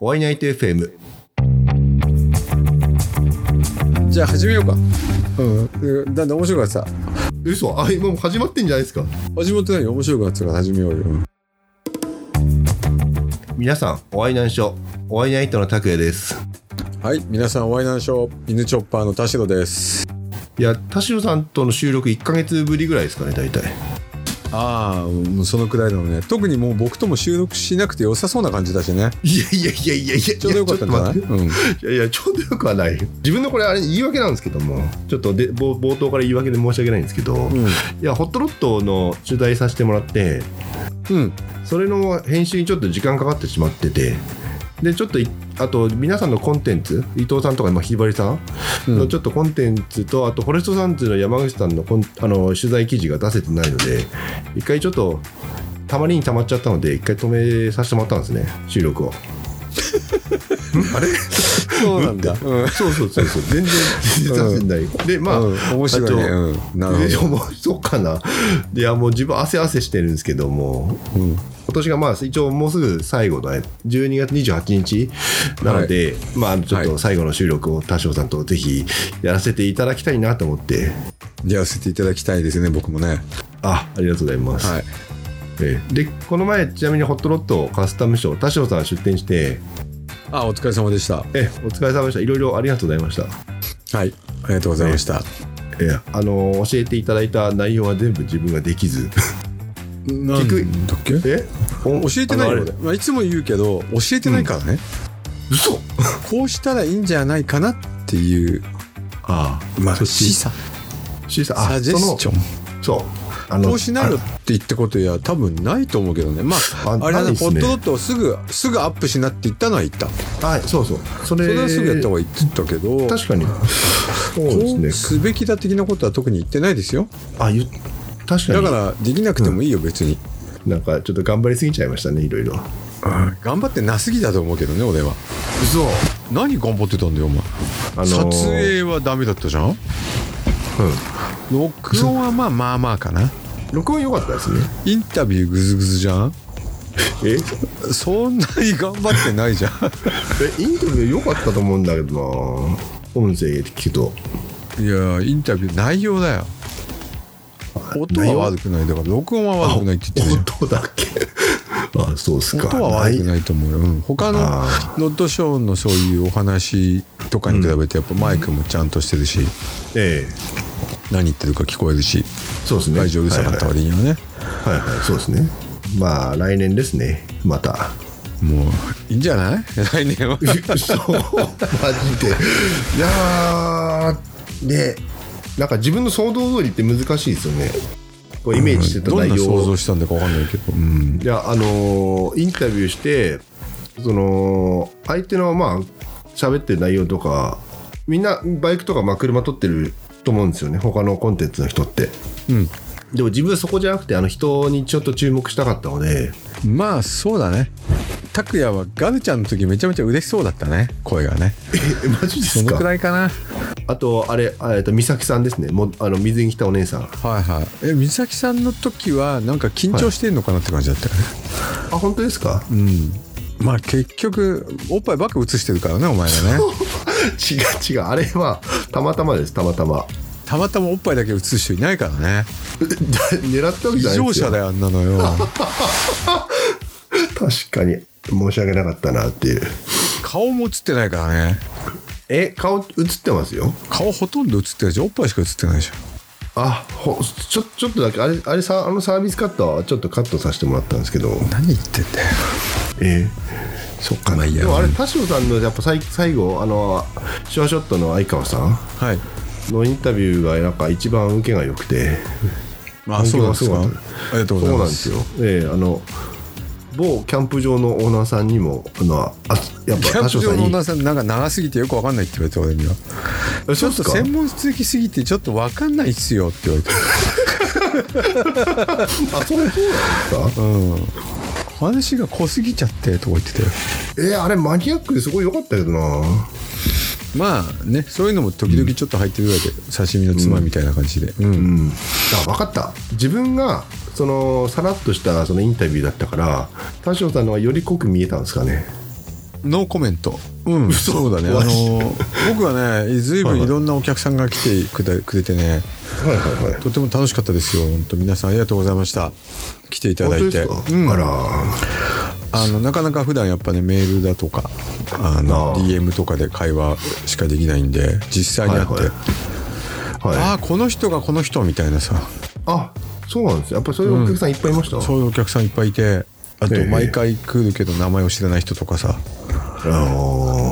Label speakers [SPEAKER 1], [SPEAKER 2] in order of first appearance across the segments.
[SPEAKER 1] ワイナイト FM
[SPEAKER 2] じゃあ始めようかうんだんだん面白かったさ
[SPEAKER 1] 嘘あ今もう始まってんじゃないですか
[SPEAKER 2] 始まってないよ面白かったから始めようよ
[SPEAKER 1] 皆さんお会いなんしょお会いナイトの拓也です
[SPEAKER 2] はい皆さんお会いなんでしょう犬チョッパーの田代です
[SPEAKER 1] いや田代さんとの収録1ヶ月ぶりぐらいですかね大体
[SPEAKER 2] ああもうそのくらいだろうね特にもう僕とも収録しなくて良さそうな感じだしね
[SPEAKER 1] いやいやいやいやいや
[SPEAKER 2] ちょうどよかったんじゃない
[SPEAKER 1] いやちょっと待
[SPEAKER 2] うん
[SPEAKER 1] っていやいやちょうどよくはない自分のこれあれ言い訳なんですけどもちょっとで冒冒頭から言い訳で申し訳ないんですけど、いやホットロットの取材させてもらって
[SPEAKER 2] うん、うん、
[SPEAKER 1] それの編集にちょっと時間かかってしまっててでちょっといあと皆さんのコンテンツ伊藤さんとか今ひばりさん
[SPEAKER 2] うん
[SPEAKER 1] のちょっとコンテンツと、あとフォレストサンズの山口さんのコンあの取材記事が出せてないので一回ちょっとたまりにたまっちゃったので一回止めさせてもらったんですね収 録を。んあれ
[SPEAKER 2] そうなんだうん、
[SPEAKER 1] そうそうそうそう全然出せない、でまあ、
[SPEAKER 2] うん面白いねうんなる ほ
[SPEAKER 1] どそうかないやもう自分汗汗してるんですけども
[SPEAKER 2] ど、うん、
[SPEAKER 1] 今年がまあ一応もうすぐ最後だね12月28日なので、まあちょっと最後の収録を田代さんとぜひやらせていただきたいなと思って
[SPEAKER 2] やらせていただきたいですね僕もね
[SPEAKER 1] あありがとうございます、
[SPEAKER 2] はい
[SPEAKER 1] ええでこの前ちなみにホットロットカスタムショー田代さんが出店して
[SPEAKER 2] あお疲れ様でした
[SPEAKER 1] ええお疲れ様でしたいろいろありがとうございました
[SPEAKER 2] はいありがとうございました、
[SPEAKER 1] ええあの教えていただいた内容は全部自分ができず
[SPEAKER 2] なんだっけ
[SPEAKER 1] え教
[SPEAKER 2] 教えてない
[SPEAKER 1] あの
[SPEAKER 2] よ
[SPEAKER 1] あれ、
[SPEAKER 2] まあ、いつも言うけど教えてないからね、
[SPEAKER 1] 嘘
[SPEAKER 2] こうしたらいいんじゃないかなっていう、
[SPEAKER 1] あ
[SPEAKER 2] まあ、
[SPEAKER 1] そっち
[SPEAKER 2] 示唆
[SPEAKER 1] あシーさん
[SPEAKER 2] サ
[SPEAKER 1] あ
[SPEAKER 2] ジェス
[SPEAKER 1] そ
[SPEAKER 2] ョン
[SPEAKER 1] のそうあの
[SPEAKER 2] こうしなよって言ったことや多分ないと思うけどねまあ
[SPEAKER 1] あ
[SPEAKER 2] あれは
[SPEAKER 1] ない
[SPEAKER 2] ね
[SPEAKER 1] っす
[SPEAKER 2] ホ
[SPEAKER 1] ね
[SPEAKER 2] ットドットをすぐすぐアップしなって言ったのは言ったそ
[SPEAKER 1] あそうそうそれ
[SPEAKER 2] れはすぐやった方がいいって言ったけど、
[SPEAKER 1] 確かにそう
[SPEAKER 2] こ
[SPEAKER 1] で
[SPEAKER 2] う
[SPEAKER 1] すね
[SPEAKER 2] すべきだ的なことは特に言ってないですよ
[SPEAKER 1] あゆ確か
[SPEAKER 2] だ
[SPEAKER 1] に
[SPEAKER 2] からできなくてもいいよ別に、
[SPEAKER 1] なんかちょっと頑張りすぎちゃいましたねいろいろ
[SPEAKER 2] 頑張ってなすぎだと思うけどね俺は
[SPEAKER 1] 嘘
[SPEAKER 2] 何頑張ってたんだよお前、
[SPEAKER 1] あのー
[SPEAKER 2] 撮影はダメだったじゃん録音はまあまあまあか な
[SPEAKER 1] 録音良かったですね
[SPEAKER 2] インタビューグズグズじゃん
[SPEAKER 1] え
[SPEAKER 2] そんなに頑張ってないじゃん
[SPEAKER 1] えインタビュー良かったと思うんだけどな音声聞くと
[SPEAKER 2] いやーインタビュー内容だよ音
[SPEAKER 1] 内
[SPEAKER 2] は
[SPEAKER 1] 容
[SPEAKER 2] 悪くないだから録音は悪くないって言ってる
[SPEAKER 1] 音だっけあそうっす
[SPEAKER 2] じゃ
[SPEAKER 1] か
[SPEAKER 2] ん音は悪く
[SPEAKER 1] い
[SPEAKER 2] ないと思うよ、うん、他の
[SPEAKER 1] あ
[SPEAKER 2] ノットショーのそういうお話とかに比べてやっぱマイクもちゃんとしてるし、
[SPEAKER 1] ええ
[SPEAKER 2] 何言ってるか聞こえるし
[SPEAKER 1] そうですね
[SPEAKER 2] 会場うるさかった割にはね、
[SPEAKER 1] はいはい、はいはい、そうですねまあ来年ですねまた
[SPEAKER 2] もういいんじゃない 来年は
[SPEAKER 1] 嘘マジでいやーでなんか自分の想像通りって難しいですよねこうイメージしてた
[SPEAKER 2] どん
[SPEAKER 1] 内
[SPEAKER 2] な
[SPEAKER 1] 容
[SPEAKER 2] 想像したんだか分かんないけど、うん、
[SPEAKER 1] いやあのーインタビューしてその相手のまあ喋ってる内容とかみんなバイクとかまあ車撮ってると思うんですよね他のコンテンツの人ってでも自分はそこじゃなくてあの人にちょっと注目したかったので
[SPEAKER 2] うん、まあそうだね拓也はガルちゃんの時めちゃめちゃ嬉しそうだったね声がね
[SPEAKER 1] えマジで
[SPEAKER 2] そ
[SPEAKER 1] す
[SPEAKER 2] のく
[SPEAKER 1] から
[SPEAKER 2] いかな
[SPEAKER 1] あとあれあえっと美咲さんですねもあの水に来たお姉さん
[SPEAKER 2] はいはいえ美咲さんの時はなんか緊張してんのかなって感じだったよね、
[SPEAKER 1] あ本当ですか、
[SPEAKER 2] まあ結局おっぱいばっか映してるからねお前はね
[SPEAKER 1] 違う違うあれはたまたまですたまたま
[SPEAKER 2] たまたまおっぱいだけ映す人いないからね
[SPEAKER 1] 狙ったわけ
[SPEAKER 2] 異
[SPEAKER 1] じゃないん
[SPEAKER 2] 常
[SPEAKER 1] ですよ
[SPEAKER 2] 者だよあんなのよ
[SPEAKER 1] 確かに申し訳なかったなっていう
[SPEAKER 2] 顔も映ってないからね
[SPEAKER 1] え顔映ってますよ
[SPEAKER 2] 顔ほとんど映ってないしおっぱいしか映ってないでしょ
[SPEAKER 1] あほちょちょっとだけあれあれさあのサービスカットはちょっとカットさせてもらったんですけど
[SPEAKER 2] 何言ってんだよ
[SPEAKER 1] ええそっか
[SPEAKER 2] まあいいや
[SPEAKER 1] でもあれ田代さんのやっぱ最最後あのシュアショットの相川さん
[SPEAKER 2] はい
[SPEAKER 1] のインタビューがなんか一番受けが良くて
[SPEAKER 2] まあそうなんですか
[SPEAKER 1] 反響がすごか
[SPEAKER 2] ありがとう
[SPEAKER 1] そ
[SPEAKER 2] ご
[SPEAKER 1] う
[SPEAKER 2] ざい
[SPEAKER 1] なん
[SPEAKER 2] ま
[SPEAKER 1] ですすよええあの某キャンプ場のオーナーさんにもあのあやっ
[SPEAKER 2] キ
[SPEAKER 1] ぱ
[SPEAKER 2] ャン
[SPEAKER 1] 田代
[SPEAKER 2] プ場
[SPEAKER 1] さん
[SPEAKER 2] の
[SPEAKER 1] に
[SPEAKER 2] 女さんなんか長すぎてよくわかんないって言われて俺には
[SPEAKER 1] え
[SPEAKER 2] ち
[SPEAKER 1] そ
[SPEAKER 2] ょ
[SPEAKER 1] うで
[SPEAKER 2] っ
[SPEAKER 1] す
[SPEAKER 2] と
[SPEAKER 1] か
[SPEAKER 2] 専門的すぎてちょっとわかんないっすよって言われて
[SPEAKER 1] あそうそうなんですか、
[SPEAKER 2] 話が濃すぎちゃってとか言ってたよ
[SPEAKER 1] えーあれマニアックですごい良かったけどな
[SPEAKER 2] まあねそういうのも時々ちょっと入ってるぐらいで、刺身のつまみたいな感じで、うん
[SPEAKER 1] うん、あ分かった自分がそのさらっとしたそのインタビューだったから田代さんの方がより濃く見えたんですかね
[SPEAKER 2] ノーコメント。うん、そうだね。あ
[SPEAKER 1] 怖い
[SPEAKER 2] の、僕はね、ずいぶんいろんなお客さんが来てくれくれてね、
[SPEAKER 1] はいはいはい
[SPEAKER 2] とても楽しかったですよ。本当皆さんありがとうございました。来ていただ
[SPEAKER 1] 本当
[SPEAKER 2] い
[SPEAKER 1] で
[SPEAKER 2] て。
[SPEAKER 1] すか、あら
[SPEAKER 2] あのなかなか普段やっぱねメールだとかあの
[SPEAKER 1] あー
[SPEAKER 2] DM とかで会話しかできないんで実際に会って、
[SPEAKER 1] はいはい
[SPEAKER 2] あ
[SPEAKER 1] はい
[SPEAKER 2] あこの人がこの人みたいなさ
[SPEAKER 1] あそうなんですねやっぱりそういうお客さんいっぱいいました、
[SPEAKER 2] そういうお客さんいっぱいいてあと
[SPEAKER 1] ええ
[SPEAKER 2] 毎回来るけど名前を知らない人とかさ、
[SPEAKER 1] あ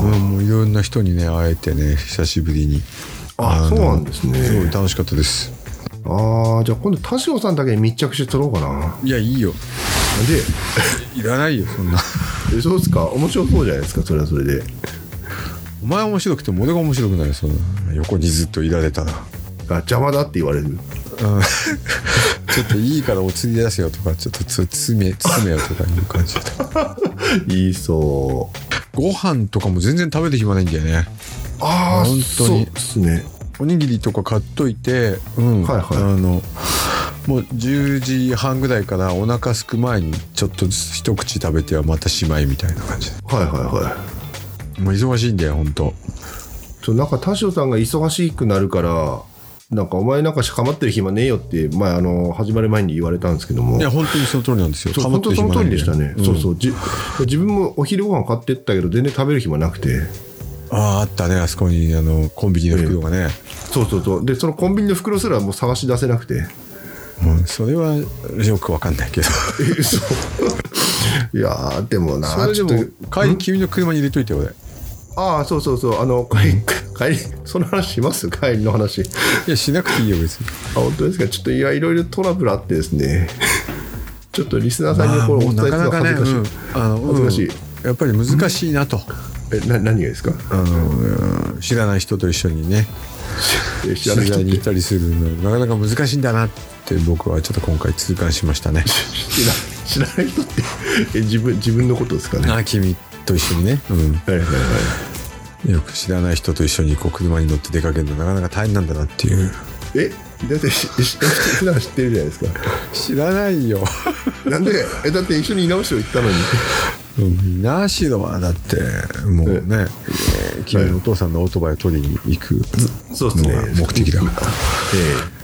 [SPEAKER 2] うん、もういろんな人にね会えてね久しぶりに
[SPEAKER 1] あ
[SPEAKER 2] の
[SPEAKER 1] そうなんですね
[SPEAKER 2] すごい楽しかったです
[SPEAKER 1] ーあーじゃあ今度田代さんだけに密着して撮ろうかない
[SPEAKER 2] やいいよ
[SPEAKER 1] で
[SPEAKER 2] いらないよそんな
[SPEAKER 1] えそうですか面白そうじゃないですかそれはそれで
[SPEAKER 2] お前面白くても俺が面白くないその横にずっといられたら
[SPEAKER 1] あ邪魔だって言われる
[SPEAKER 2] うんちょっといいからお釣り出せよとかちょっとつ詰め詰めよとかいう感じで
[SPEAKER 1] 言いそう
[SPEAKER 2] ご飯とかも全然食べる暇ないんだよね
[SPEAKER 1] ああ
[SPEAKER 2] 本当
[SPEAKER 1] そう
[SPEAKER 2] に
[SPEAKER 1] ですね
[SPEAKER 2] おにぎりとか買っといて、うん
[SPEAKER 1] はいはい
[SPEAKER 2] あのもう10時半ぐらいからお腹すく前にちょっとずつ一口食べてはまたしまいみたいな感じで
[SPEAKER 1] はいはいはい
[SPEAKER 2] もう忙しいんだよ本当
[SPEAKER 1] そうなんか田代さんが忙しくなるからなんかお前なんかしかまってる暇ねえよって前あの始まる前に言われたんですけども
[SPEAKER 2] いや本当にその通りなんですよ
[SPEAKER 1] そう
[SPEAKER 2] 構っ
[SPEAKER 1] 本
[SPEAKER 2] て
[SPEAKER 1] 当
[SPEAKER 2] る
[SPEAKER 1] そ
[SPEAKER 2] 暇
[SPEAKER 1] の
[SPEAKER 2] な
[SPEAKER 1] 通
[SPEAKER 2] いん
[SPEAKER 1] り
[SPEAKER 2] だ
[SPEAKER 1] で
[SPEAKER 2] よ
[SPEAKER 1] したね、
[SPEAKER 2] ん
[SPEAKER 1] そうそうじ自分もお昼ご飯買ってったけど全然食べる暇なくて
[SPEAKER 2] あああったねあそこにあのコンビニの袋がね、
[SPEAKER 1] そうそうそうでそのコンビニの袋すらもう探し出せなく て
[SPEAKER 2] もうそれはよくわかんないけど
[SPEAKER 1] えそういやーでもな
[SPEAKER 2] それで
[SPEAKER 1] ちょっ
[SPEAKER 2] も
[SPEAKER 1] と
[SPEAKER 2] 帰り君の車に入れといて俺
[SPEAKER 1] ああそうそうそうあの帰り帰りその話します帰りの話
[SPEAKER 2] いやしなくていいよ別に
[SPEAKER 1] あ本当ですかちょっといやいろいろトラブルあってですねちょっとリスナーさんにこれお伝えするのは恥ずかしい、
[SPEAKER 2] あの
[SPEAKER 1] 恥ずかしい
[SPEAKER 2] うんやっぱり難しいなと、
[SPEAKER 1] えな何がですか
[SPEAKER 2] あのうん知らない人と一緒にね
[SPEAKER 1] え知ら
[SPEAKER 2] 取
[SPEAKER 1] ない人っ
[SPEAKER 2] 材
[SPEAKER 1] て
[SPEAKER 2] に行ったりするのなかなか難しいんだなって僕はちょっと今回痛感しました ね
[SPEAKER 1] 知ら知らない人ってえ自分自分のことですかねは
[SPEAKER 2] あ君と一緒にね、
[SPEAKER 1] いはいはい
[SPEAKER 2] うん、よく知らない人と一緒にこう車に乗って出かけるのなかなか大変なんだなっていう
[SPEAKER 1] えだってしし普段知ってるじゃないですか
[SPEAKER 2] 知らないよ
[SPEAKER 1] なんでえだって一緒に稲尾市を行ったの に
[SPEAKER 2] うんなしろはだってもうね君のお父さんのオートバイを取りに行く
[SPEAKER 1] そう
[SPEAKER 2] のが目的だから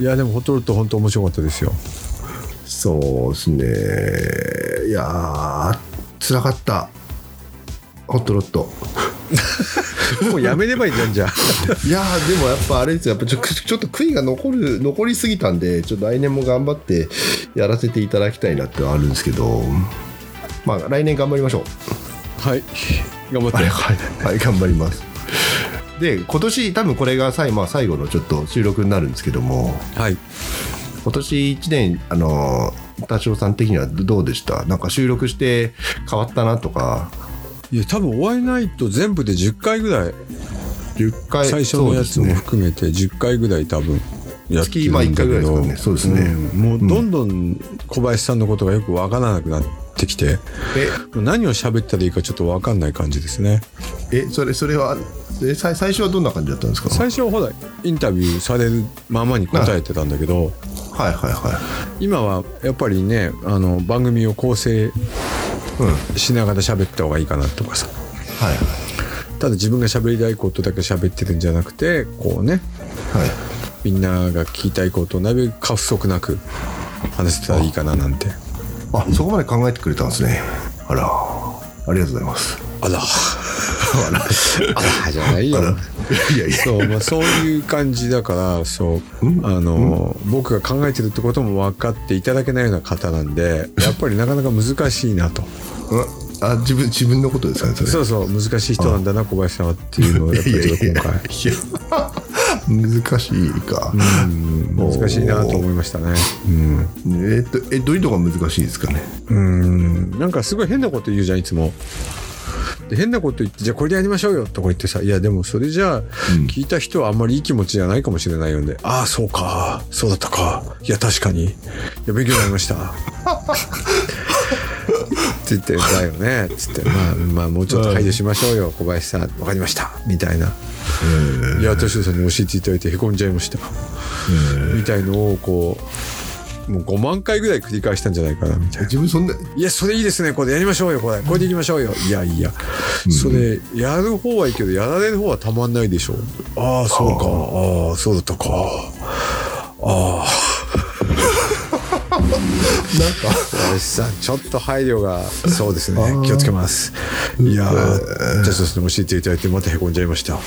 [SPEAKER 1] え
[SPEAKER 2] いやでもホトルト本当面白かったですよ
[SPEAKER 1] えそうですねいやーつらかったホットロット
[SPEAKER 2] もうやめればいいじゃんじゃあ
[SPEAKER 1] いやーでもやっぱあれですよやっぱちょちょっと悔いが残る残りすぎたんでちょっと来年も頑張ってやらせていただきたいなってはあるんですけどまあ来年頑張りましょう
[SPEAKER 2] はい頑張って
[SPEAKER 1] はい、はい、はい、頑張ります。で、今年、多分これが最,、まあ、最後のちょっと収録になるんですけども、
[SPEAKER 2] はい
[SPEAKER 1] 今年1年、あの、田代さん的にはどうでしたなんか収録して変わったなとか、
[SPEAKER 2] いや多分「お会いないと」全部で10回ぐらい
[SPEAKER 1] 10回、
[SPEAKER 2] 最初のやつ
[SPEAKER 1] そう
[SPEAKER 2] も
[SPEAKER 1] ですね。
[SPEAKER 2] 含めて10回ぐらい多分やって
[SPEAKER 1] 月
[SPEAKER 2] るんだけど
[SPEAKER 1] まあ一回ぐらいですかねそうですね
[SPEAKER 2] んもうどんどん小林さんのことがよくわからなくなってきて何を喋ったらいいかちょっとわかんない感じですね
[SPEAKER 1] え、え、それ、それは、え最最初はどんな感じだったんですか
[SPEAKER 2] 最初はほらインタビューされるままに答えてたんだけど
[SPEAKER 1] はいはいはい。
[SPEAKER 2] 今はやっぱりねあの番組を構成
[SPEAKER 1] うん。はい
[SPEAKER 2] しながら喋った方がいいかなとかさ
[SPEAKER 1] はい。
[SPEAKER 2] ただ自分が喋りたいことだけ喋ってるんじゃなくてこうね
[SPEAKER 1] はい。
[SPEAKER 2] みんなが聞きたいことをなるべく過不足なく話せたらいいかななんて
[SPEAKER 1] あ、そこまで考えてくれたんですね。あら、ありがとうございます。
[SPEAKER 2] あら
[SPEAKER 1] あら、
[SPEAKER 2] あらじゃないよ
[SPEAKER 1] あら、いやいや。
[SPEAKER 2] そう,、まあ、そういう感じだからそうあの、僕が考えてるってことも分かっていただけないような方なんでやっぱりなかなか難しいなと
[SPEAKER 1] うんあ自分自分のことですかねそれ
[SPEAKER 2] そうそう難しい人なんだな小林さんはっていうのをやっぱりちょっと今回
[SPEAKER 1] いや 難しいか、
[SPEAKER 2] うん難しいなと思いましたねうん
[SPEAKER 1] えっとえどういうとこが難しいですかね
[SPEAKER 2] うんなんかすごい変なこと言うじゃんいつも。で変なこと言ってじゃあこれでやりましょうよとか言ってさいやでもそれじゃあ聞いた人はあんまりいい気持ちじゃないかもしれないよね、ああそうかそうだったかいや確かにいや勉強になりましたって言ってだよねつって、まあ、まあもうちょっと配慮しましょうよ小林さんわかりましたみたいな、いや田代さんに教えていただいてへこんじゃいました、みたいのをこもう5万回ぐらい繰り返したんじゃないかなみたいな。
[SPEAKER 1] 自分そんない
[SPEAKER 2] や、それいいですね。これやりましょうよ。これ。これでいきましょうよ。いやいや。それ、やる方はいいけど、やられる方はたまんないでしょう。ああ、そうか。ああ、そうだったか。ああ。
[SPEAKER 1] なんか
[SPEAKER 2] おじさん、ちょっと配慮が、そうですね。気をつけます。いやー、じゃあそうですね、教えていただいて、また凹んじゃいました。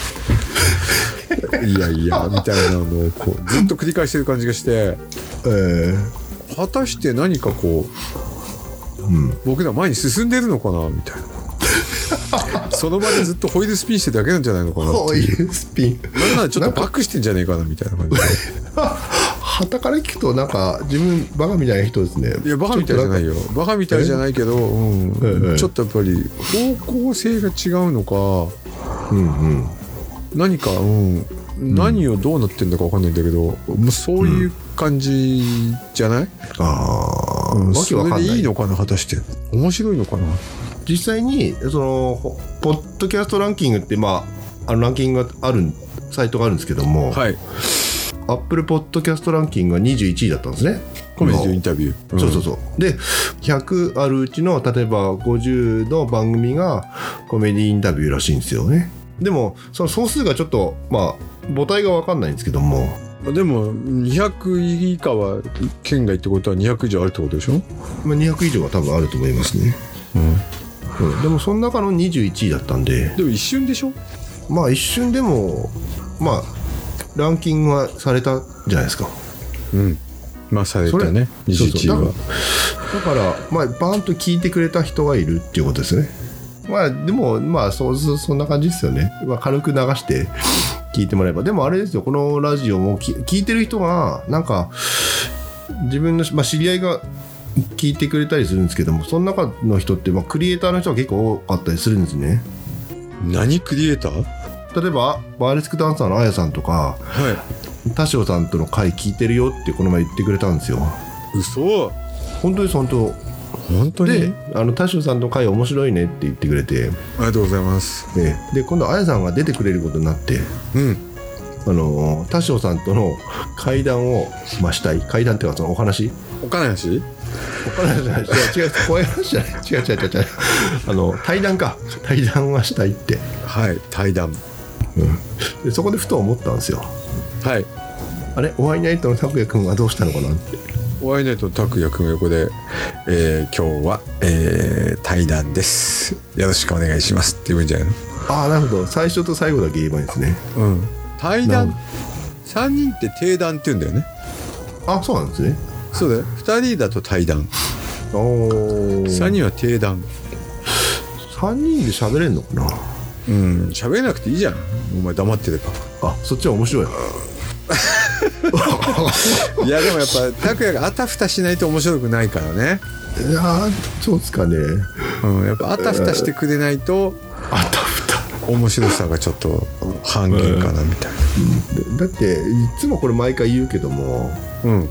[SPEAKER 2] いやいや、みたいなのを、こう、ずっと繰り返してる感じがして、
[SPEAKER 1] えー
[SPEAKER 2] 果たして何かこう、僕ら前に進んでるのかなみたい なその場でずっとホイールスピンしてるだけなんじゃないのかな
[SPEAKER 1] こういうスピン
[SPEAKER 2] なんならちょっとバックしてんじゃねえかなみたいな感 じで
[SPEAKER 1] はたから聞くとなんか自分バカみたいな人ですね
[SPEAKER 2] いやバカみたいじゃないよバカみたいじゃないけど、うん
[SPEAKER 1] ええ
[SPEAKER 2] ちょっとやっぱり方向性が違うのか
[SPEAKER 1] うんうん
[SPEAKER 2] 何か、うん、何をどうなってんだか分かんないんだけど、もうそういう感じじゃない、
[SPEAKER 1] ああ、
[SPEAKER 2] うん
[SPEAKER 1] わけわ
[SPEAKER 2] そ
[SPEAKER 1] かんな
[SPEAKER 2] れ
[SPEAKER 1] い
[SPEAKER 2] でいいのかな果たして面白いのかな
[SPEAKER 1] 実際にそのほポッドキャストランキングってまああのランキングがあるサイトがあるんですけども、
[SPEAKER 2] はい
[SPEAKER 1] アップルポッドキャストランキングが21位だったんですね
[SPEAKER 2] コメディのインタビュー、
[SPEAKER 1] そうそううそうで100あるうちの例えば50の番組がコメディインタビューらしいんですよねでもその総数がちょっとまあ母体が分かんないんですけども
[SPEAKER 2] んでも200以下は県外ってことは200以上あるってことでしょ、
[SPEAKER 1] まあ200以上は多分あると思いますね、うん、でもその中の21位だったんで
[SPEAKER 2] でも一瞬でしょ
[SPEAKER 1] まあ一瞬でもまあランキングはされたじゃないですか
[SPEAKER 2] うんまあされ
[SPEAKER 1] そ
[SPEAKER 2] た
[SPEAKER 1] れ
[SPEAKER 2] ね
[SPEAKER 1] そう
[SPEAKER 2] 21
[SPEAKER 1] そう
[SPEAKER 2] 位は
[SPEAKER 1] だからだからまあバーンと聞いてくれた人がいるっていうことですねまあでもまあそうそうそんな感じですよね、まあ、軽く流して聞いてもらえばでもあれですよこのラジオもき聞いてる人がなんか自分の、まあ、知り合いが聞いてくれたりするんですけどもその中の人って、まあ、クリエイターの人が結構多かったりするんですね
[SPEAKER 2] 何クリエイター
[SPEAKER 1] 例えばバーレスクダンサーのあやさんとか
[SPEAKER 2] は
[SPEAKER 1] 田代さんとの回聞いてるよってこの前言ってくれたんですよ
[SPEAKER 2] い嘘
[SPEAKER 1] 本当です本当
[SPEAKER 2] 本当
[SPEAKER 1] で
[SPEAKER 2] に
[SPEAKER 1] あの田代さんの回面白いねって言ってくれて、
[SPEAKER 2] ありがとうございます
[SPEAKER 1] ええで今度あやさんが出てくれることになって
[SPEAKER 2] うん
[SPEAKER 1] あのー田代さんとの会談をましたい会談っていうかそのお話
[SPEAKER 2] お金なし
[SPEAKER 1] お話じゃない違う違うこういう話じゃない違う違う違う違うあの対談か対談はしたいって
[SPEAKER 2] はい対談
[SPEAKER 1] でそこでふと思ったんですよ
[SPEAKER 2] はい
[SPEAKER 1] あれお会いナイトの拓也君はどうしたのかなって
[SPEAKER 2] ワイナイトの拓也君が横で、えー今日は、えー対談ですよろしくお願いしますって言うんじゃないの
[SPEAKER 1] ああなるほど最初と最後だけ言えばいいんですね
[SPEAKER 2] うん対
[SPEAKER 1] な
[SPEAKER 2] 談3人って定談って言うんだよね
[SPEAKER 1] あそうなんですね
[SPEAKER 2] そうだよ2人だと対談
[SPEAKER 1] おお
[SPEAKER 2] 3
[SPEAKER 1] 3
[SPEAKER 2] 人は定談
[SPEAKER 1] 人で喋れんのかな
[SPEAKER 2] うん喋れなくていいじゃんお前黙ってれば
[SPEAKER 1] あそっちは面白い
[SPEAKER 2] いやでもやっぱ拓也があたふたしないと面白くないからね、
[SPEAKER 1] いやーそうですかね
[SPEAKER 2] うん、やっぱあたふたしてくれないと
[SPEAKER 1] あたふた
[SPEAKER 2] 面白さがちょっと半減かなみたい
[SPEAKER 1] だっていつもこれ毎回言うけども
[SPEAKER 2] なうん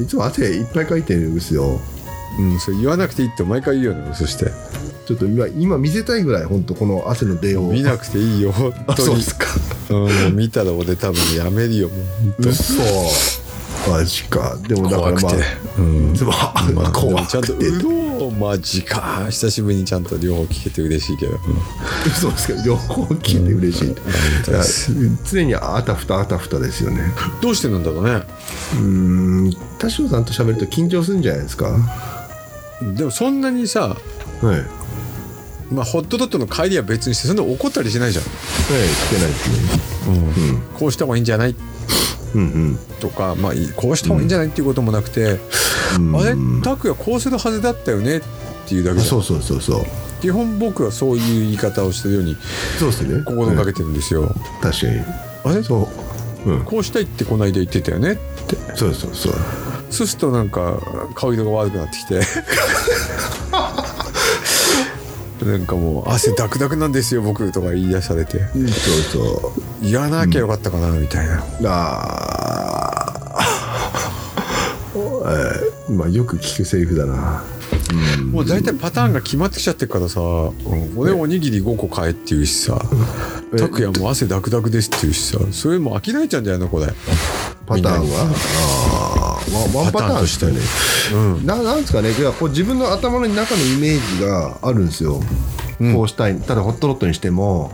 [SPEAKER 1] いつも汗いっぱいかいてるんですよ
[SPEAKER 2] うん、それ言わなくていいって毎回言うよねそして
[SPEAKER 1] ちょっと今今見せたいぐらい本当この汗の出を
[SPEAKER 2] 見なくていいよ本当
[SPEAKER 1] あ
[SPEAKER 2] に
[SPEAKER 1] そうですか
[SPEAKER 2] うん、もう見たら俺多分やめるよもう
[SPEAKER 1] 嘘マジかでもだからまあ
[SPEAKER 2] 怖くて
[SPEAKER 1] でも
[SPEAKER 2] ま あ
[SPEAKER 1] 怖
[SPEAKER 2] でもちゃんと
[SPEAKER 1] く
[SPEAKER 2] 「
[SPEAKER 1] て
[SPEAKER 2] うろうマジか」久しぶりにちゃんと両方聞けて嬉しいけど、
[SPEAKER 1] そうですけど両方聞いて嬉しい、
[SPEAKER 2] 当です
[SPEAKER 1] 常にあたふたあたふたですよね
[SPEAKER 2] どうしてなんだろうね
[SPEAKER 1] うーん田代さんと喋ると緊張するんじゃないですかは
[SPEAKER 2] でもそんなにさ、
[SPEAKER 1] いはい
[SPEAKER 2] まあ、ホットドットの帰りは別にしてそんな怒ったりしないじゃん、
[SPEAKER 1] 聞けないですね
[SPEAKER 2] こうした方がいいんじゃない
[SPEAKER 1] うんうん
[SPEAKER 2] とか、まあ、いいこうした方がいいんじゃないっていうこともなくて「あれ拓也こうするはずだったよね」っていうだけ
[SPEAKER 1] あ
[SPEAKER 2] じゃ
[SPEAKER 1] そ
[SPEAKER 2] ん
[SPEAKER 1] うそうそうそう
[SPEAKER 2] 基本僕はそういう言い方をしてるように
[SPEAKER 1] そうですね
[SPEAKER 2] 心がけてるんですよ。
[SPEAKER 1] うん確かに
[SPEAKER 2] あれ
[SPEAKER 1] そううん
[SPEAKER 2] こうしたいってこの間言ってたよねって
[SPEAKER 1] そうそうそう
[SPEAKER 2] そうするとなんか顔色が悪くなって きてなんかもう汗ダクダクなんですよ僕とか言い出されて
[SPEAKER 1] そうそ
[SPEAKER 2] 言わなきゃよかったかなみたいな、
[SPEAKER 1] うあ ーえーまあよく聞くセリフだな
[SPEAKER 2] もう大体パターンが決まってきちゃってるからさ、俺おにぎり5個買えって言うしさ
[SPEAKER 1] え
[SPEAKER 2] 拓也も汗ダクダクですって言うしさそれもう飽きられちゃうんじゃないのこれ
[SPEAKER 1] パターン
[SPEAKER 2] みん
[SPEAKER 1] が
[SPEAKER 2] なに
[SPEAKER 1] あーワワンパターンですよね
[SPEAKER 2] うん
[SPEAKER 1] ななんですかねいやこう自分の頭の中のイメージがあるんですよ、こうしたいただホットロットにしても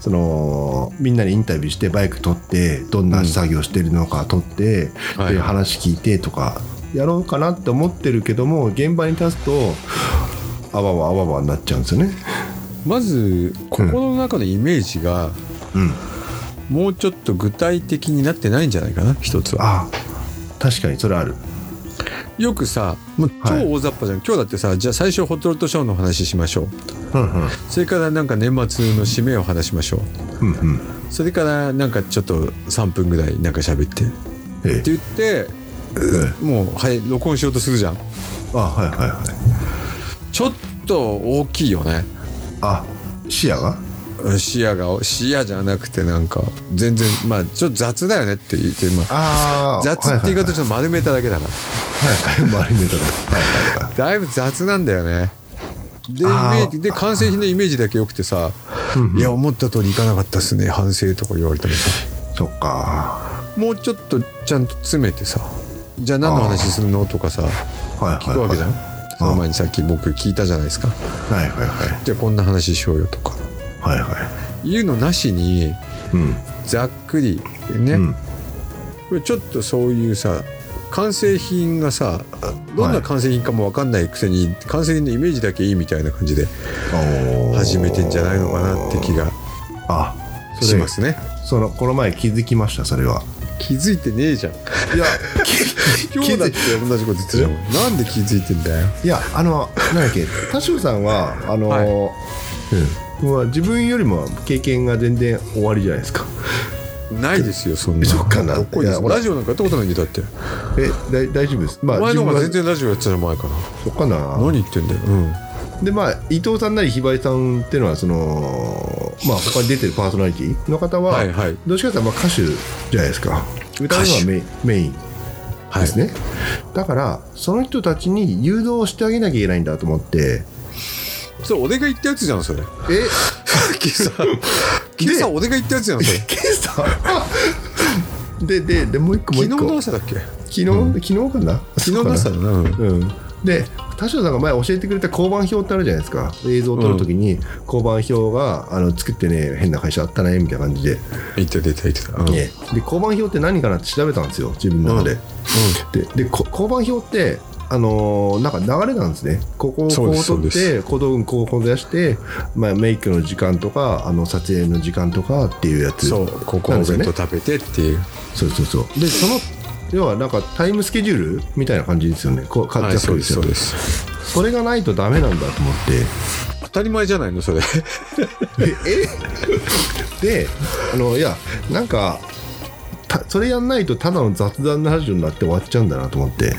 [SPEAKER 1] そのみんなにインタビューしてバイク撮ってどんな作業してるのか撮って、
[SPEAKER 2] はい
[SPEAKER 1] で話聞いてとかやろうかなって思ってるけども現場に立つとあわわあわわになっちゃうんですよね。
[SPEAKER 2] まず心の中のイメージが、
[SPEAKER 1] うん
[SPEAKER 2] もうちょっと具体的になってないんじゃないかな一つは
[SPEAKER 1] あ確かにそれある。
[SPEAKER 2] よくさもう
[SPEAKER 1] はい
[SPEAKER 2] 超大雑把じゃん、今日だってさじゃあ最初ホットロットショーの話しましょう
[SPEAKER 1] うんうん
[SPEAKER 2] それからなんか年末の締めを話しましょう
[SPEAKER 1] うんうん
[SPEAKER 2] それからなんかちょっと3分ぐらいなんか喋ってって
[SPEAKER 1] ええ
[SPEAKER 2] 言って
[SPEAKER 1] ええ
[SPEAKER 2] もうはい録音しようとするじゃん
[SPEAKER 1] あはいはいはい。
[SPEAKER 2] ちょっと大きいよね
[SPEAKER 1] あ視野が
[SPEAKER 2] うん視野が視野じゃなくてなんか全然まあちょっと雑だよねって言って、まあ、
[SPEAKER 1] あ
[SPEAKER 2] 雑って言い方ちょっと丸めただけだな、
[SPEAKER 1] はいはい、周り見たら。はいはいはい。
[SPEAKER 2] だいぶ雑なんだよねでイメ
[SPEAKER 1] あー
[SPEAKER 2] ージで完成品のイメージだけ良くてさ「いや思った通りいかなかったっすね反省」とか言われたりさ
[SPEAKER 1] そっか。
[SPEAKER 2] もうちょっとちゃんと詰めてさじゃあ何の話するのとかさ
[SPEAKER 1] はいはいはい。
[SPEAKER 2] 聞くわけじゃんその前にさっき僕聞いたじゃないですか
[SPEAKER 1] はいはいは
[SPEAKER 2] じゃあこんな話しようよとか
[SPEAKER 1] い。はいはい。
[SPEAKER 2] いうのなしに
[SPEAKER 1] うん。
[SPEAKER 2] ざっくりね、
[SPEAKER 1] うん。
[SPEAKER 2] これちょっとそういうさ完成品がさどんな完成品かも分かんないくせに、完成品のイメージだけいいみたいな感じで
[SPEAKER 1] おー
[SPEAKER 2] 始めてんじゃないのかなって気が
[SPEAKER 1] あ、そ
[SPEAKER 2] し
[SPEAKER 1] れ
[SPEAKER 2] ますね
[SPEAKER 1] その、この前気づきました、それは。
[SPEAKER 2] 気づいてねえじゃん
[SPEAKER 1] いや、
[SPEAKER 2] 今日だって同じこと言ってたじゃんなんで気づいてんだよ
[SPEAKER 1] いや、あの、なんだっけ、田代さんは、あの、
[SPEAKER 2] は
[SPEAKER 1] うんまあ、自分よりも経験が全然終わりじゃないですか。
[SPEAKER 2] ないですよそんな
[SPEAKER 1] そっかな
[SPEAKER 2] どこに
[SPEAKER 1] いやほら
[SPEAKER 2] ラジオなんかやったことないんだよだって、
[SPEAKER 1] え、だい大丈夫です。まあ、
[SPEAKER 2] お前の方が全
[SPEAKER 1] 自分は
[SPEAKER 2] 然ラジオやってたじゃん前から
[SPEAKER 1] そっかな。
[SPEAKER 2] 何言ってんだよ、うん、
[SPEAKER 1] でまあ伊藤さんなりひばりさんっていうのはそのまあ他に出てるパーソナリティの方は、
[SPEAKER 2] はいはい
[SPEAKER 1] どっちかというとまあ歌手じゃないですか歌うのはメインメイン
[SPEAKER 2] はい
[SPEAKER 1] ですね、だからその人たちに誘導してあげなきゃいけないんだと思って
[SPEAKER 2] それ俺が言ったやつじゃんそれ
[SPEAKER 1] え
[SPEAKER 2] 今朝今朝俺が言ったやつじゃんそれ
[SPEAKER 1] ケンさん でででもう一個もう
[SPEAKER 2] 昨日
[SPEAKER 1] 一個
[SPEAKER 2] の朝だっけ
[SPEAKER 1] 昨日昨日かな
[SPEAKER 2] 昨日の朝だな、うん
[SPEAKER 1] うん、で田代さんが前教えてくれた交番表ってあるじゃないですか映像を撮るときに交番表があの作ってね変な会社あったねみたいな感じで、
[SPEAKER 2] 言ってた言ってた言ってた、うん
[SPEAKER 1] ねで交番表って何かなって調べたんですよ自分の中で、ででこ交番表ってあのーなんか流れなんですねここを
[SPEAKER 2] そ
[SPEAKER 1] こ
[SPEAKER 2] う
[SPEAKER 1] う
[SPEAKER 2] です
[SPEAKER 1] 取っ
[SPEAKER 2] そう
[SPEAKER 1] て小道具こうこう出して、まあ、メイクの時間とかあの撮影の時間とかっていうやつ
[SPEAKER 2] そうここ
[SPEAKER 1] なん
[SPEAKER 2] お
[SPEAKER 1] ですよ
[SPEAKER 2] 弁
[SPEAKER 1] ね
[SPEAKER 2] 当食べてっていう、
[SPEAKER 1] そうそうそうでその要はなんかタイムスケジュールみたいな感じですよねこう買っ
[SPEAKER 2] は
[SPEAKER 1] て
[SPEAKER 2] い
[SPEAKER 1] あ
[SPEAKER 2] そう
[SPEAKER 1] るん
[SPEAKER 2] で
[SPEAKER 1] ですす
[SPEAKER 2] そ
[SPEAKER 1] よ
[SPEAKER 2] うです
[SPEAKER 1] それがないとダメなんだと思って
[SPEAKER 2] 当たり前じゃないのそれ
[SPEAKER 1] えであのいやなんかたそれやんないとただの雑談のラジオになって終わっちゃうんだなと思って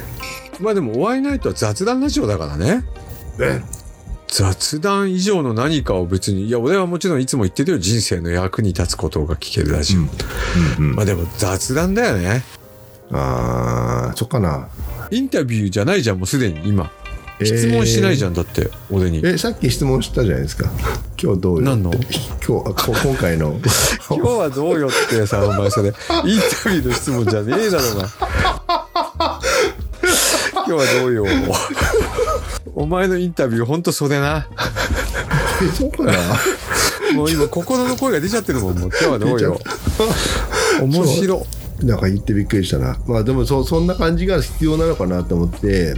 [SPEAKER 2] まあでも「お会いナイト」は雑談ラジオだからね
[SPEAKER 1] え
[SPEAKER 2] 雑談以上の何かを別にいや俺はもちろんいつも言ってるよ人生の役に立つことが聞けるラジオ、
[SPEAKER 1] うんうん
[SPEAKER 2] まあでも雑談だよね
[SPEAKER 1] あーそっかな
[SPEAKER 2] インタビューじゃないじゃんもうすでに今
[SPEAKER 1] えー
[SPEAKER 2] 質問しないじゃん、だって俺に
[SPEAKER 1] えさっき質問したじゃないですか今日どうよ
[SPEAKER 2] 何の
[SPEAKER 1] って今日あこ今回の
[SPEAKER 2] 今日はどうよってさお前それインタビューの質問じゃねえだろうな今日はどうよお前のインタビューほんとそれな
[SPEAKER 1] えそうかな
[SPEAKER 2] もう今心の声が出ちゃってるもんもう今日はどうよ面白
[SPEAKER 1] なんか言ってびっくりしたなまあでもそそんな感じが必要なのかなと思って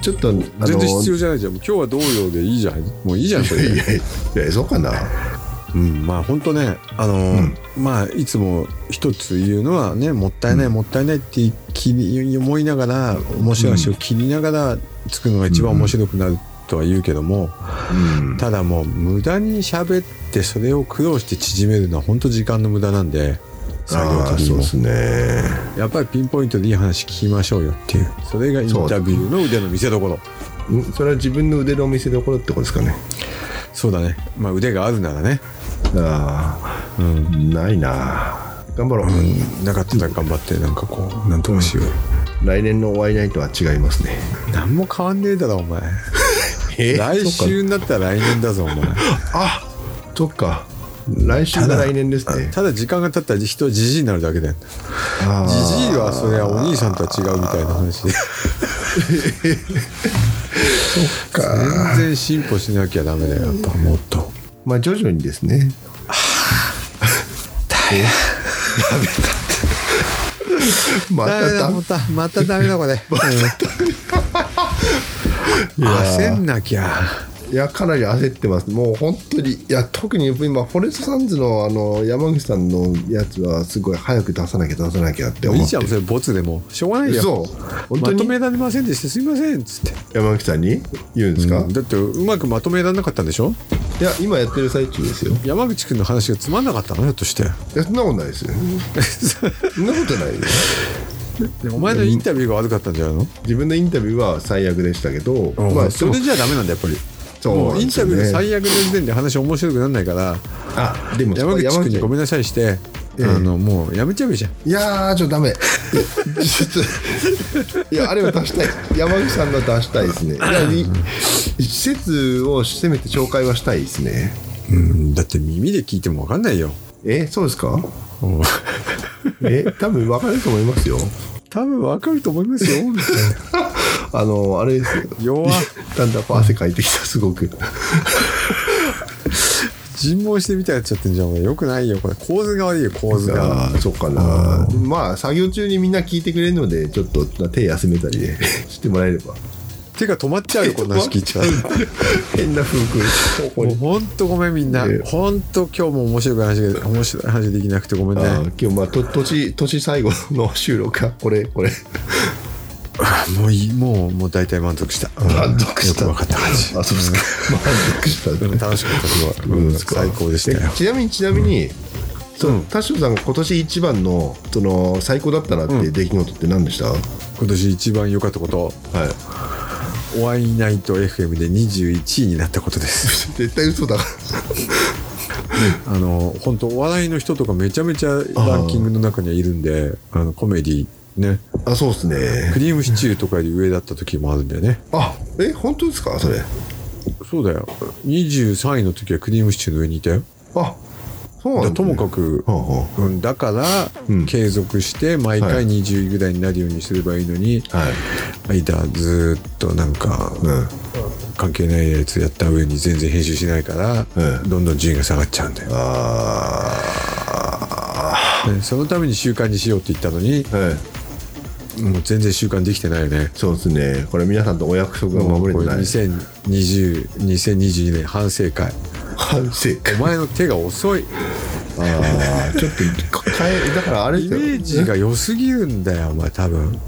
[SPEAKER 1] ちょっとあの
[SPEAKER 2] 全然必要じゃないじゃんもう今日はどうよでいいじゃんもういいじゃんそれ
[SPEAKER 1] いやいやいやそうかな
[SPEAKER 2] うん、まあ本当ね、あのーまあいつも一つ言うのはね、もったいない、もったいないって気に思いながら、面白い話を切りながら作るのが一番面白くなるとは言うけども、
[SPEAKER 1] うん
[SPEAKER 2] ただもう無駄に喋ってそれを苦労して縮めるのは本当時間の無駄なんで、作業
[SPEAKER 1] ああ
[SPEAKER 2] 的に
[SPEAKER 1] そう
[SPEAKER 2] も
[SPEAKER 1] で。すね
[SPEAKER 2] やっぱりピンポイントでいい話聞きましょうよっていう、それがインタビューの腕の見せ所。
[SPEAKER 1] んそれは自分の腕の見せ所ってことですかね
[SPEAKER 2] そうだね。まあ腕があるならね。
[SPEAKER 1] ああ、
[SPEAKER 2] うん。
[SPEAKER 1] ないな頑張ろう、
[SPEAKER 2] なかったら頑張って、なんかこう、なんとかしようよ。
[SPEAKER 1] 来年のワイナイトは違いますね
[SPEAKER 2] 何も変わんねえだろお前
[SPEAKER 1] え
[SPEAKER 2] 来週になったら来年だぞお前
[SPEAKER 1] あそっか来週
[SPEAKER 2] た
[SPEAKER 1] が
[SPEAKER 2] だ
[SPEAKER 1] 来年ですね
[SPEAKER 2] ただ時間が経ったら人はじじいになるだけだよね
[SPEAKER 1] あ
[SPEAKER 2] じ
[SPEAKER 1] ー
[SPEAKER 2] じいはそれはお兄さんとは違うみたいな話で全然進歩しなきゃダメだよやっぱもっと
[SPEAKER 1] まあ徐々にです ね まただ
[SPEAKER 2] たまたダメだこれ、うん焦んなきゃ
[SPEAKER 1] いやかなり焦ってますもう本当にいや特に今フォレストサンズのあの山口さんのやつはすごい早く出さなきゃ出さなきゃって
[SPEAKER 2] い
[SPEAKER 1] 思
[SPEAKER 2] い
[SPEAKER 1] っ
[SPEAKER 2] じ
[SPEAKER 1] て
[SPEAKER 2] ゃんそれボツでもしょうがないよ
[SPEAKER 1] そう本当
[SPEAKER 2] まと
[SPEAKER 1] に
[SPEAKER 2] められませんでしたすいませんっつって
[SPEAKER 1] 山口さんに言うんですか、い
[SPEAKER 2] だってうまくまとめられなかったんでしょ
[SPEAKER 1] や今やってる最中ですよい
[SPEAKER 2] 山口君の話がつまんなかったのひょっとして
[SPEAKER 1] やそんなことないです よそんなことないよ
[SPEAKER 2] でもお前のインタビューが悪かったんじゃないの、
[SPEAKER 1] 自分のインタビューは最悪でしたけど、まあ
[SPEAKER 2] それじゃダメなんだやっぱり
[SPEAKER 1] そう
[SPEAKER 2] もうインタビューの
[SPEAKER 1] そうなん
[SPEAKER 2] 最悪の時点で話面白くならないから
[SPEAKER 1] あでも
[SPEAKER 2] 山口君にご
[SPEAKER 1] ん
[SPEAKER 2] めんなさいして、あのもうやめちゃうじゃん
[SPEAKER 1] いやーちょっと ダメ実はいやあれは出したい山口さんの出したいですねいやい施設をせめて紹介はしたいですね
[SPEAKER 2] うんだって耳で聞いても分かんないよ
[SPEAKER 1] えそうですか
[SPEAKER 2] うん
[SPEAKER 1] え多分分かると思いますよ
[SPEAKER 2] 多分分かると思いますよみたいな
[SPEAKER 1] あのあれですよ
[SPEAKER 2] 弱っ
[SPEAKER 1] だんだんこう汗かいてきたすごく
[SPEAKER 2] 尋問してみたいになっちゃってんじゃんよくないよこれ構図が悪いよ構図が
[SPEAKER 1] ああそうかなまあ作業中にみんな聞いてくれるのでちょっと手休めたり でしてもらえれば
[SPEAKER 2] 手が止まっちゃうよこんな話聞い ちゃう
[SPEAKER 1] 変な風景ここ
[SPEAKER 2] もう
[SPEAKER 1] に
[SPEAKER 2] ほんとごめんみんな、
[SPEAKER 1] ええ
[SPEAKER 2] ほんと今日も面白く話が面白い話できなくてごめんね
[SPEAKER 1] ああ今日まあと年年最後の収録かこれこれ
[SPEAKER 2] もういいもうもう大体満足した
[SPEAKER 1] 満足した
[SPEAKER 2] よく分かった感じ
[SPEAKER 1] あそうですか満足したね
[SPEAKER 2] うん楽しかったすごい、
[SPEAKER 1] うん
[SPEAKER 2] 最高でしたよ
[SPEAKER 1] えちなみにちなみに、その田代さんが今年一番のその最高だったなって出来事って何でした、はい
[SPEAKER 2] 今年一番良かったことお会いナイト FM で21位になったことです
[SPEAKER 1] 絶対嘘だ
[SPEAKER 2] あの本当お笑いの人とかめちゃめちゃランキングの中にはいるんであのコメディね
[SPEAKER 1] あそうですね
[SPEAKER 2] クリームシチューとかより上だった時もあるんだよね
[SPEAKER 1] あえ本当ですかそれ
[SPEAKER 2] そうだよ23位の時はクリームシチューの上にいたよ
[SPEAKER 1] あそうなん
[SPEAKER 2] だ
[SPEAKER 1] だ、
[SPEAKER 2] か
[SPEAKER 1] ね、
[SPEAKER 2] らともかく
[SPEAKER 1] はあは
[SPEAKER 2] うん、だから、
[SPEAKER 1] うん
[SPEAKER 2] 継続して毎
[SPEAKER 1] はい
[SPEAKER 2] 回20位ぐらいになるようにすればいいのに、
[SPEAKER 1] あはい
[SPEAKER 2] 間ずーっとなんか、
[SPEAKER 1] うん
[SPEAKER 2] 関係ないやつやった上に全然編集しないから、
[SPEAKER 1] ええ
[SPEAKER 2] どんどん順位が下がっちゃうんだよ、
[SPEAKER 1] あ
[SPEAKER 2] でそのために習慣にしようって言ったのに
[SPEAKER 1] ーはい
[SPEAKER 2] もう全然習慣できてないよね
[SPEAKER 1] そうですねこれ皆さんとお約束が守れ
[SPEAKER 2] こ
[SPEAKER 1] て
[SPEAKER 2] れ
[SPEAKER 1] ない
[SPEAKER 2] 2020 2022年反省会
[SPEAKER 1] 反省
[SPEAKER 2] お前の手 が遅い
[SPEAKER 1] あーちょっと変えだからあれ
[SPEAKER 2] イメージが良すぎるんだよお前多分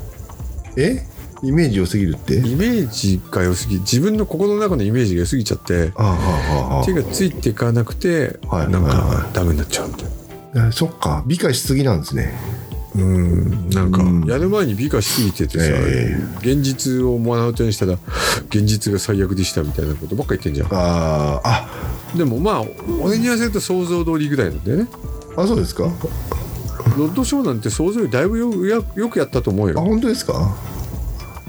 [SPEAKER 1] えイメージ良すぎるって
[SPEAKER 2] イメージが良すぎ自分の心の中のイメージが良すぎちゃって
[SPEAKER 1] あーはあはあはあ
[SPEAKER 2] 手がついていかなくて、
[SPEAKER 1] はい
[SPEAKER 2] なん
[SPEAKER 1] はい
[SPEAKER 2] かダメになっちゃうんだよ
[SPEAKER 1] あそっか美化しすぎなんですね
[SPEAKER 2] うんなんか
[SPEAKER 1] うん
[SPEAKER 2] やる前に美化しすぎててさ、
[SPEAKER 1] え
[SPEAKER 2] 現実を目の当たりにしたら現実が最悪でしたみたいなことばっか言ってんじゃん
[SPEAKER 1] あーあ
[SPEAKER 2] でもまあ俺に言わせると想像通りぐらいなんだよね
[SPEAKER 1] あそうですか
[SPEAKER 2] ロッドショーなんて想像よりだいぶよやよくやったと思う
[SPEAKER 1] あ
[SPEAKER 2] よ、
[SPEAKER 1] 本当ですか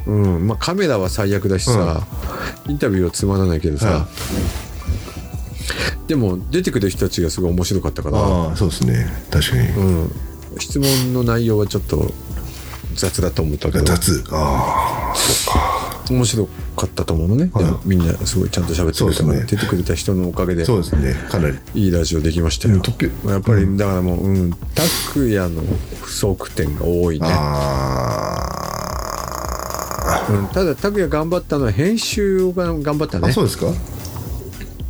[SPEAKER 2] うんまあ、カメラは最悪だしさ、インタビューはつまらないけどさ、
[SPEAKER 1] は
[SPEAKER 2] でも出てくる人たちがすごい面白かったから、
[SPEAKER 1] ああそうですね確かに
[SPEAKER 2] うん、質問の内容はちょっと雑だと思ったけど
[SPEAKER 1] 雑あ
[SPEAKER 2] 面白かったと思うのね、
[SPEAKER 1] はい
[SPEAKER 2] でもみんなすごいちゃんと喋ってくれたから、
[SPEAKER 1] そうですね
[SPEAKER 2] 出てくれた人のおかげ
[SPEAKER 1] あ
[SPEAKER 2] で
[SPEAKER 1] そうですねかなり
[SPEAKER 2] いいラジオできましたよ、
[SPEAKER 1] うん特許
[SPEAKER 2] やっぱりだからもううん拓也、の不足点が多いね、
[SPEAKER 1] あ
[SPEAKER 2] うん、ただ拓也頑張ったのは編集が頑張った
[SPEAKER 1] ーあ
[SPEAKER 2] ね
[SPEAKER 1] そうですか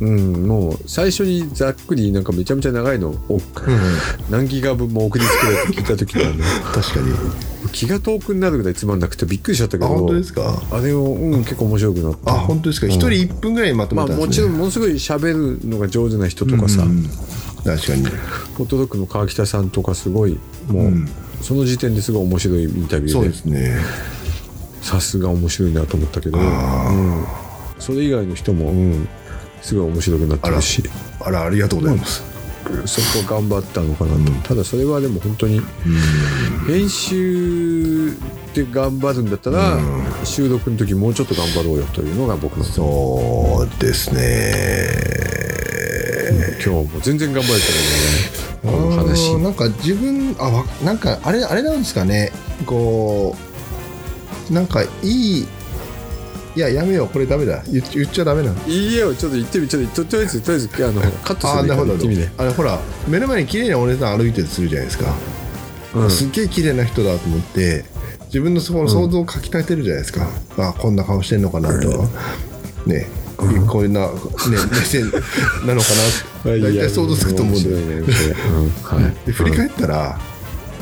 [SPEAKER 2] うん、もう最初にざっくりなんかめちゃめちゃ長いのを、何ギガ分も送りつけられて聞いた時はね
[SPEAKER 1] 確かに
[SPEAKER 2] 気が遠くになるぐらいつまんなくてびっくりしちゃったけ
[SPEAKER 1] あ
[SPEAKER 2] ど
[SPEAKER 1] 本当ですか
[SPEAKER 2] あれを、うん、結構面白くなった
[SPEAKER 1] あ本当ですか一人一分ぐらいまと
[SPEAKER 2] ま
[SPEAKER 1] め
[SPEAKER 2] あ
[SPEAKER 1] たん
[SPEAKER 2] も
[SPEAKER 1] で
[SPEAKER 2] ち
[SPEAKER 1] す
[SPEAKER 2] ろ
[SPEAKER 1] ね
[SPEAKER 2] んものすごい喋るのが上手な人とかさ、
[SPEAKER 1] うん確かに
[SPEAKER 2] ホットドッグの川北さんとかすごいもう、
[SPEAKER 1] ん
[SPEAKER 2] その時点ですごい面白いインタビュ
[SPEAKER 1] そう
[SPEAKER 2] ー
[SPEAKER 1] で
[SPEAKER 2] です
[SPEAKER 1] ね
[SPEAKER 2] さすが面白いなと思ったけど、うん、それ以外の人も、うん、すごい面白くなってるし
[SPEAKER 1] あらありがとうございます
[SPEAKER 2] そこは頑張ったのかなと、ただそれはでも本当に編集で頑張るんだったら、収録の時もうちょっと頑張ろうよというのが僕の
[SPEAKER 1] そうですね
[SPEAKER 2] 今日も全然頑張れてるよねこの話
[SPEAKER 1] あーなんか自分あわなんかあれあれなんですかねこうなんかいいいややめようこれダメだ言っ言っちゃダメなの
[SPEAKER 2] いいよちょっと行ってみちょっととりあえずとりあえずあのカットす
[SPEAKER 1] あー
[SPEAKER 2] る
[SPEAKER 1] なるほど
[SPEAKER 2] 行ってみね
[SPEAKER 1] あれほら目の前に綺麗なお姉さん歩いてるとするじゃないですか、
[SPEAKER 2] うん
[SPEAKER 1] すっげえ綺麗な人だと思って自分のそこの想像をかきたえてるじゃないですか、あこんな顔してんのかなと、ねこんな、ね、目線なのか な大体想像つくと思うんだよ
[SPEAKER 2] 面白いねこれうんはい
[SPEAKER 1] で振り返ったら、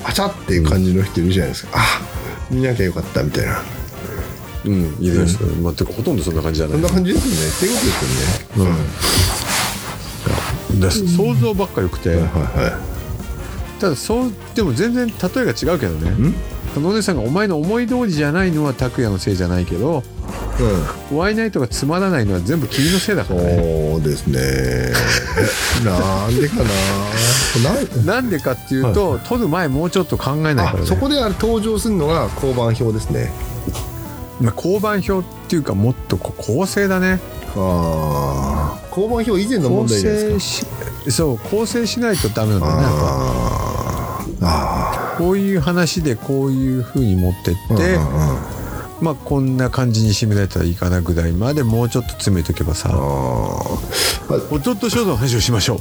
[SPEAKER 1] あちゃっていう感じの人いるじゃないですか、あ見なきゃよかったみたいな
[SPEAKER 2] うんいいですねまあてかほとんどそんな感じじゃな
[SPEAKER 1] そ
[SPEAKER 2] い
[SPEAKER 1] んな感じですよねっていうことですよね、
[SPEAKER 2] だ想像ばっか良くて
[SPEAKER 1] はいは
[SPEAKER 2] ただそうでも全然例えが違うけどね野根さんが「お前の思い通りじゃないのは拓也のせいじゃないけど
[SPEAKER 1] い、
[SPEAKER 2] ワイナイトがつまらないのは全部君のせいだからね
[SPEAKER 1] そうですね なんでかな なん
[SPEAKER 2] なんでかっていうと、撮る前もうちょっと考えないから、ね、
[SPEAKER 1] あそこであれ登場するのが交番表ですね
[SPEAKER 2] まあ、交番表っていうかもっとこう構成だね
[SPEAKER 1] ああ交番表以前の問
[SPEAKER 2] 構
[SPEAKER 1] 題じゃないで
[SPEAKER 2] 成
[SPEAKER 1] すか
[SPEAKER 2] しそう構成しないとダメなんだよねやっぱ
[SPEAKER 1] あーあ
[SPEAKER 2] こういう話でこういうふうに持ってっ
[SPEAKER 1] ー
[SPEAKER 2] て、
[SPEAKER 1] うんうんうん
[SPEAKER 2] まあ、こんな感じに締められたらいいかなぐらいまでもうちょっと詰めとけばさ
[SPEAKER 1] あ
[SPEAKER 2] 「弟少女の話をしましょう」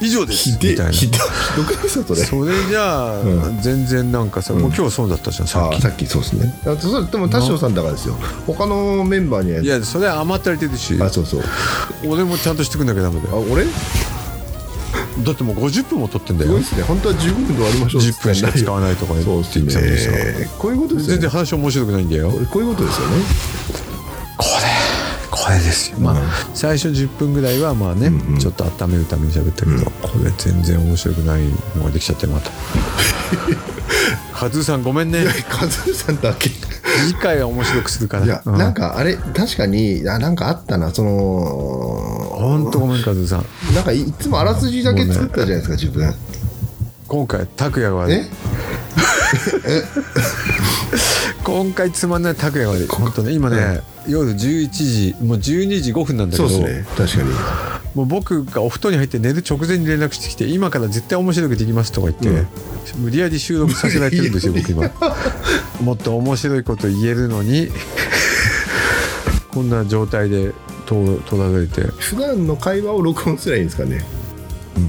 [SPEAKER 2] 以上で
[SPEAKER 1] ー
[SPEAKER 2] す
[SPEAKER 1] ひで
[SPEAKER 2] みたいな
[SPEAKER 1] ひど ひどくないですかそれ
[SPEAKER 2] それじゃあ、
[SPEAKER 1] うん
[SPEAKER 2] 全然なんかさ、もう今日そうだったじゃんさ
[SPEAKER 1] あ
[SPEAKER 2] っ
[SPEAKER 1] ー
[SPEAKER 2] き
[SPEAKER 1] さっきそうですねあそれでも田代さんだからですよ他のメンバーにはい
[SPEAKER 2] やそれは甘ったれてるし
[SPEAKER 1] あそうそう
[SPEAKER 2] 俺もちゃんとしてくんなきゃダメだ
[SPEAKER 1] あ
[SPEAKER 2] よ
[SPEAKER 1] 俺
[SPEAKER 2] だってもう50分も撮ってんだ
[SPEAKER 1] すご
[SPEAKER 2] よ
[SPEAKER 1] いですね本当は15分で終わりましょう
[SPEAKER 2] 10分しか使わ
[SPEAKER 1] い
[SPEAKER 2] ないとかね
[SPEAKER 1] そうです
[SPEAKER 2] って言ってたのにさ
[SPEAKER 1] ねこういうことですよ
[SPEAKER 2] 全
[SPEAKER 1] ね
[SPEAKER 2] 然話面白くないんだよ
[SPEAKER 1] こういうことですよね
[SPEAKER 2] これこれですよまあ、最初10分ぐらいはまあね、ちょっと温めるために喋ったけど、これ全然面白くないのができちゃってま たカズーさんごめんね
[SPEAKER 1] カズーさんだけ
[SPEAKER 2] 次回は面白くするから
[SPEAKER 1] いや
[SPEAKER 2] うん
[SPEAKER 1] なんかあれ確かにあなんかあったなその
[SPEAKER 2] ほんとごめんカズーさん
[SPEAKER 1] なんかいいつもあらすじだけ作ったじゃないですか自分
[SPEAKER 2] 今回拓也が悪い
[SPEAKER 1] え
[SPEAKER 2] 今回つまんない拓也が悪い本当ね今ね、夜11時もう12時5分なんだけ
[SPEAKER 1] そう
[SPEAKER 2] ど
[SPEAKER 1] ですね確かに
[SPEAKER 2] もう僕がお布団に入って寝る直前に連絡してきて今から絶対面白くできますとか言って、無理やり収録させられてる んですよ僕今もっと面白いこと言えるのに こんな状態でととられても
[SPEAKER 1] 普段の会話を録音すりゃいいんですかね
[SPEAKER 2] う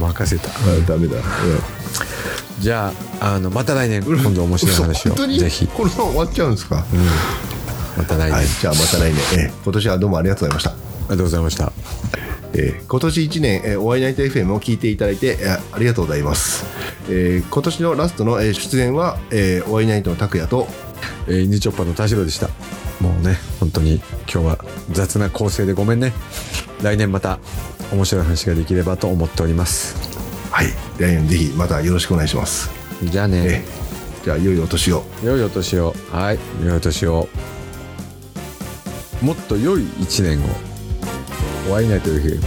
[SPEAKER 2] 任せた
[SPEAKER 1] えあダメだ、うん
[SPEAKER 2] じゃああのまた来年今度面白い話
[SPEAKER 1] 嘘
[SPEAKER 2] を
[SPEAKER 1] 本当に
[SPEAKER 2] ぜひ
[SPEAKER 1] このまま終わっちゃうんですか、
[SPEAKER 2] また来年、
[SPEAKER 1] はいじゃあまた来年、ええ今年はどうもありがとうございました
[SPEAKER 2] ありがとうございました
[SPEAKER 1] えー今年1年、えーお会いナイト FM を聞いていただいて、えーありがとうございます、えー今年のラストの、えー出演は、えーお会いナイトの拓也と
[SPEAKER 2] えー、インディチョッパーの田代でしたもうね本当に今日は雑な構成でごめんね来年また面白い話ができればと思っております
[SPEAKER 1] はい来年ぜひまたよろしくお願いします、
[SPEAKER 2] じゃあね、
[SPEAKER 1] えーじゃあ良いお年を
[SPEAKER 2] 良いお年をはい良いお年をもっと良い一年をお会いになってる日